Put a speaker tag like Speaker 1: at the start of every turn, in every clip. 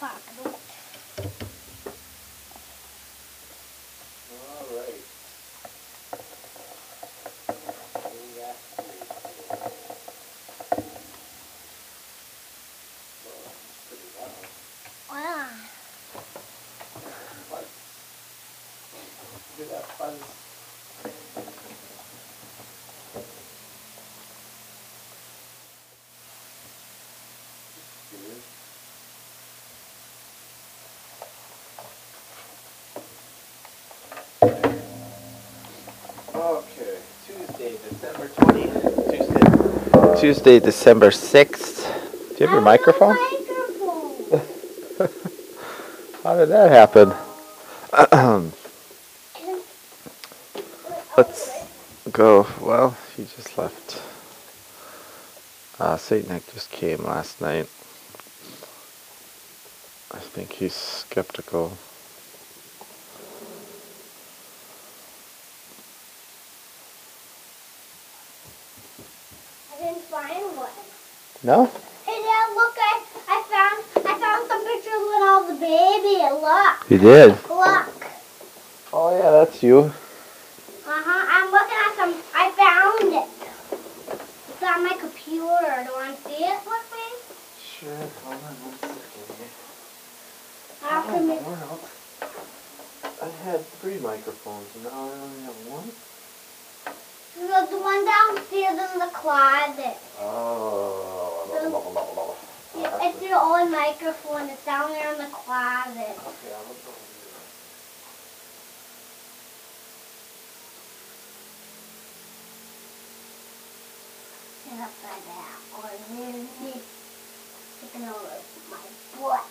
Speaker 1: ปากลูก
Speaker 2: All right. We got three. Well, that's pretty loud.
Speaker 1: ว้า
Speaker 2: Fun. Look at that fun. Good. Okay, Tuesday, December 20th. Tuesday. Tuesday, December 6th. Do you have your microphone?
Speaker 1: microphone.
Speaker 2: How did that happen? Let's go. Well, he just left. Uh, Saint Nick just came last night. I think he's skeptical.
Speaker 1: I didn't find one.
Speaker 2: No?
Speaker 1: Hey, Dad, look! I, I found I found some pictures with all the baby. Look,
Speaker 2: He did.
Speaker 1: look.
Speaker 2: Oh, yeah, that's you.
Speaker 1: Uh huh. I'm looking at some. I found it. It's on my computer. Do you want to see it with me?
Speaker 2: Sure. Hold on one second here.
Speaker 1: I have to make.
Speaker 2: Well, I had three microphones, and now I only have one.
Speaker 1: There's the one downstairs in the closet.
Speaker 2: Oh.
Speaker 1: Yeah, It's your old microphone. It's down there in the closet.
Speaker 2: Okay, I'm gonna go.
Speaker 1: Get up by that. Or really taking over my butt.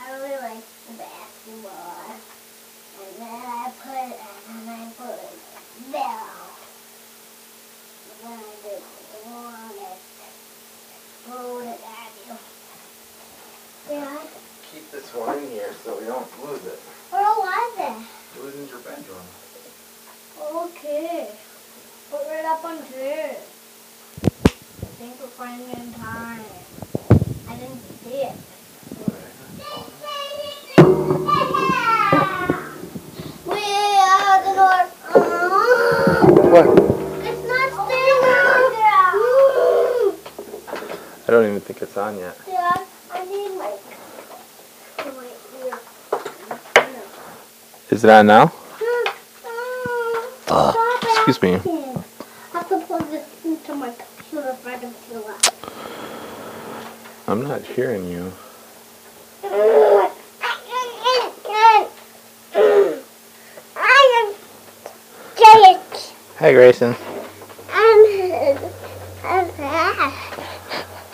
Speaker 1: I really like the basketball. And then I put it, and then I put it down. And then I did one and throw it at you. Yeah,
Speaker 2: Keep this one in here so we don't lose it.
Speaker 1: where was it?
Speaker 2: It was in your bedroom.
Speaker 1: Okay. Put it up on here. I think we're finally in time. I didn't see it. We are the North. Oh,
Speaker 2: What?
Speaker 1: it's not staying on there.
Speaker 2: I don't even think it's on yet.
Speaker 1: Dad, I need my. Wait here.
Speaker 2: Is it on now?
Speaker 1: Stop it.
Speaker 2: Ah, Excuse me.
Speaker 1: I have to plug this into my computer if I can feel that.
Speaker 2: I'm not hearing you.
Speaker 1: I am Jake.
Speaker 2: Hi, Grayson.
Speaker 1: I'm I'm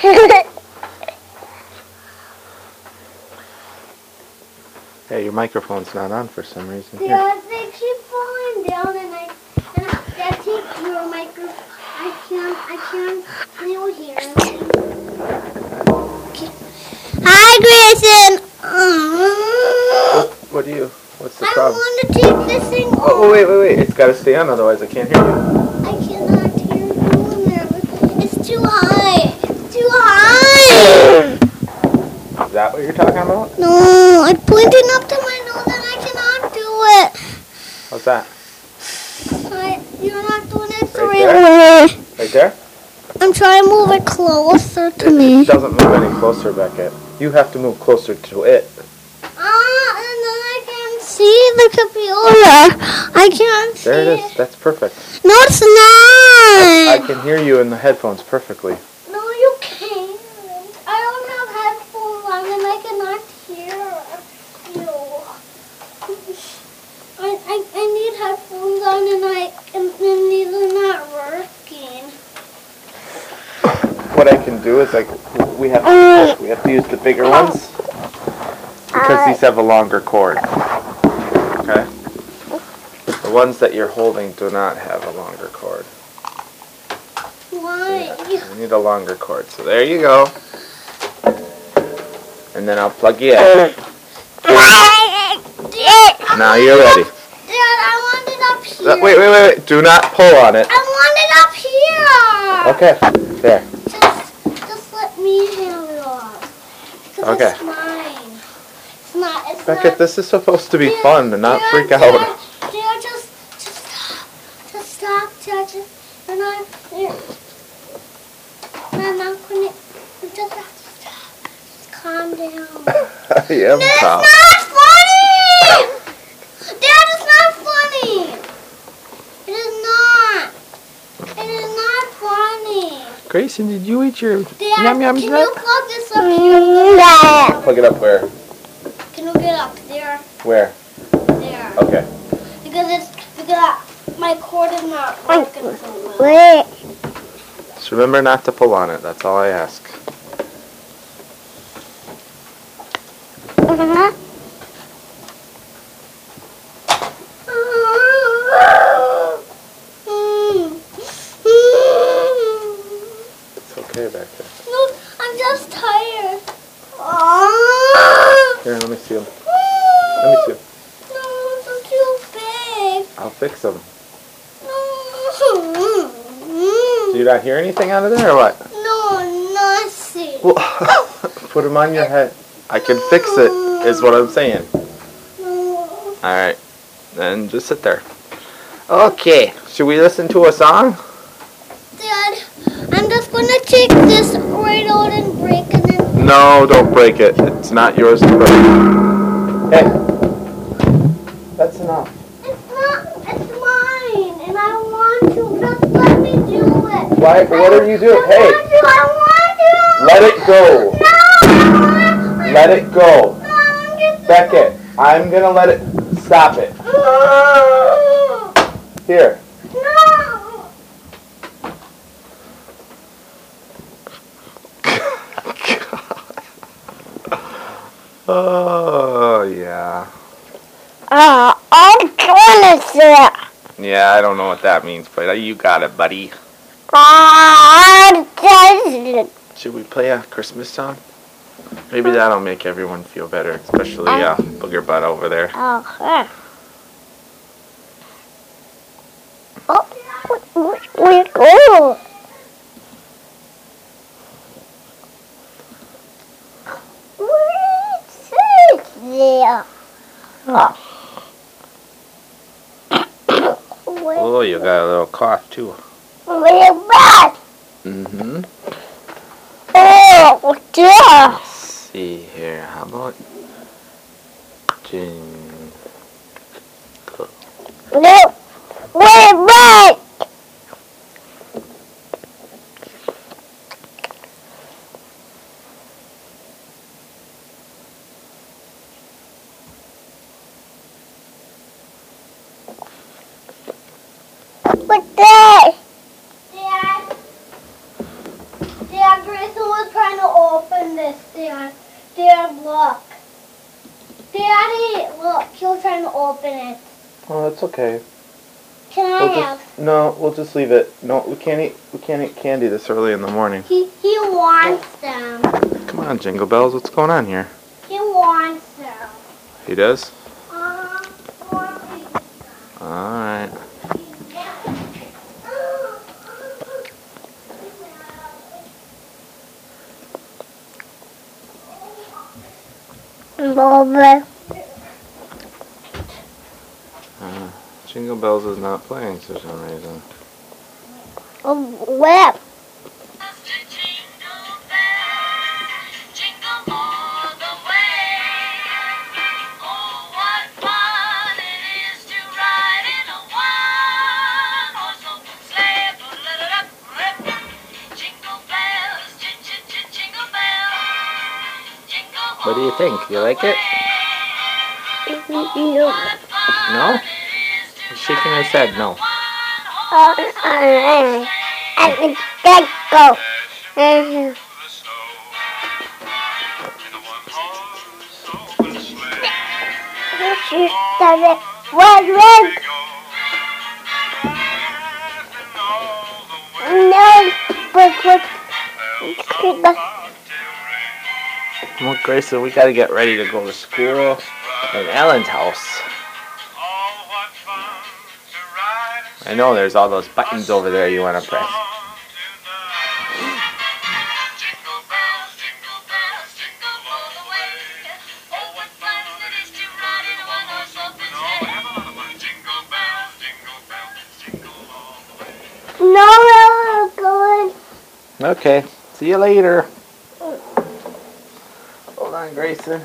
Speaker 2: Hey, your microphone's not on for some reason. Here.
Speaker 1: Yeah, they keep falling down, and I and I, I take your microphone. I can't. I can't. I don't hear. Hi, Grayson.
Speaker 2: What do you? What's the
Speaker 1: I
Speaker 2: problem?
Speaker 1: want to take this thing off.
Speaker 2: Oh, oh, wait, wait, wait. It's got to stay on, otherwise I can't hear you.
Speaker 1: I cannot hear you in there. It's too high. It's too high.
Speaker 2: Is that what you're talking about?
Speaker 1: No, I'm pointing up to my nose and I cannot do it.
Speaker 2: What's that?
Speaker 1: I, you're not doing it the
Speaker 2: Right
Speaker 1: right way.
Speaker 2: Right there?
Speaker 1: I'm trying to move it closer to
Speaker 2: It
Speaker 1: me.
Speaker 2: doesn't move any closer, Beckett. You have to move closer to it.
Speaker 1: Ah, and then I can see the computer. I can't see
Speaker 2: There it is. That's perfect.
Speaker 1: No, it's
Speaker 2: I
Speaker 1: not.
Speaker 2: can hear you in the headphones perfectly.
Speaker 1: No, you can't. I don't have headphones on and I cannot hear you. I, I, I need headphones on and I and, and these are not working.
Speaker 2: What I can do is like we have
Speaker 1: Uh,
Speaker 2: to, we have to use the bigger ones because these have a longer cord. Okay.
Speaker 1: Oh.
Speaker 2: The ones that you're holding do not have a longer cord.
Speaker 1: Why?
Speaker 2: You need a longer cord. So there you go. And then I'll plug you in.
Speaker 1: Dad,
Speaker 2: Now you're
Speaker 1: I
Speaker 2: ready.
Speaker 1: want it up here.
Speaker 2: Uh, Wait, wait, wait, wait. Do not pull on it.
Speaker 1: I No!
Speaker 2: Okay, there.
Speaker 1: Just, just let me handle it all. 'Cause
Speaker 2: Okay.
Speaker 1: it's mine. It's not, it's
Speaker 2: Beckett,
Speaker 1: not.
Speaker 2: this is supposed to be
Speaker 1: Dad,
Speaker 2: fun and not
Speaker 1: Dad,
Speaker 2: freak
Speaker 1: Dad,
Speaker 2: out.
Speaker 1: Dad, just, just stop. Just stop, Dad. Just, and I'm, I'm not gonna, you just have to stop. Just calm down.
Speaker 2: I am
Speaker 1: That's
Speaker 2: calm.
Speaker 1: not funny! Dad, it's not funny! It is not. It is not funny.
Speaker 2: Grayson, did you eat your
Speaker 1: Dad,
Speaker 2: yum yum
Speaker 1: can you
Speaker 2: nut?
Speaker 1: plug this up here?
Speaker 2: Plug it up where?
Speaker 1: Can you get up there?
Speaker 2: Where?
Speaker 1: There.
Speaker 2: Okay.
Speaker 1: Because it's, because my cord is not working so well.
Speaker 3: Wait.
Speaker 2: Just remember not to pull on it. That's all I ask.
Speaker 3: Uh-huh.
Speaker 2: It's okay, Beckett.
Speaker 1: No, I'm just tired.
Speaker 2: Here, let me see them. Let me see 'em.
Speaker 1: No, they're too big.
Speaker 2: I'll fix them. Do
Speaker 1: No,
Speaker 2: you not hear anything out of there or what?
Speaker 1: no, nothing.
Speaker 2: Well, put them on your head. I can fix it, is what I'm saying.
Speaker 1: No.
Speaker 2: All right, then just sit there. Okay. Should we listen to a song?
Speaker 1: Dad, I'm just gonna take this right out and break and then.
Speaker 2: No, don't break it. It's not yours to break. Hey, that's enough.
Speaker 1: It's not, it's mine, and I want to. Just let me do it.
Speaker 2: Why? What are you doing?
Speaker 1: I
Speaker 2: Hey,
Speaker 1: want to, I want to.
Speaker 2: let it go.
Speaker 1: No, I want,
Speaker 2: Let it go,
Speaker 1: no, I want to.
Speaker 2: Beckett. I'm gonna let it. Stop it.
Speaker 1: No.
Speaker 2: Here.
Speaker 1: No.
Speaker 2: Oh yeah.
Speaker 3: Uh, I'm trying to sit.
Speaker 2: Yeah, I don't know what that means, but you got it, buddy.
Speaker 3: I'm trying to
Speaker 2: Should we play a Christmas song? Maybe that'll make everyone feel better, especially uh, Booger Butt over there.
Speaker 3: Oh, huh. Oh, wh- wh- where go? Where's it there? Where,
Speaker 2: Oh, you got a little cough too.
Speaker 3: where was?
Speaker 2: Mm-hmm.
Speaker 3: Oh, dear.
Speaker 2: Let's see here. How about Jing?
Speaker 3: No, where was? What's that?
Speaker 1: Dad, Dad, Grayson was trying to open this, Dad. Dad, look. Daddy, look, he was trying to open it.
Speaker 2: Oh, that's okay.
Speaker 1: Can I
Speaker 2: We'll
Speaker 1: have?
Speaker 2: just no. We'll just leave it. No, we can't eat. We can't eat candy this early in the morning.
Speaker 1: He he wants them.
Speaker 2: Come on, Jingle Bells. What's going on here?
Speaker 1: He wants them.
Speaker 2: He does.
Speaker 1: Uh,
Speaker 2: All right.
Speaker 3: Mama.
Speaker 2: Jingle Bells is not playing for some reason.
Speaker 3: Oh, where?
Speaker 4: What do you think? You like it?
Speaker 3: No.
Speaker 4: No? She's shaking her head no.
Speaker 3: Oh, uh, I think that go. Uh-huh. This is the red red. No, but what?
Speaker 2: Well, Grayson, we gotta get ready to go to school at Ellen's house. I know there's all those buttons over there you wanna press. Okay. See you later. Hold on, Grayson.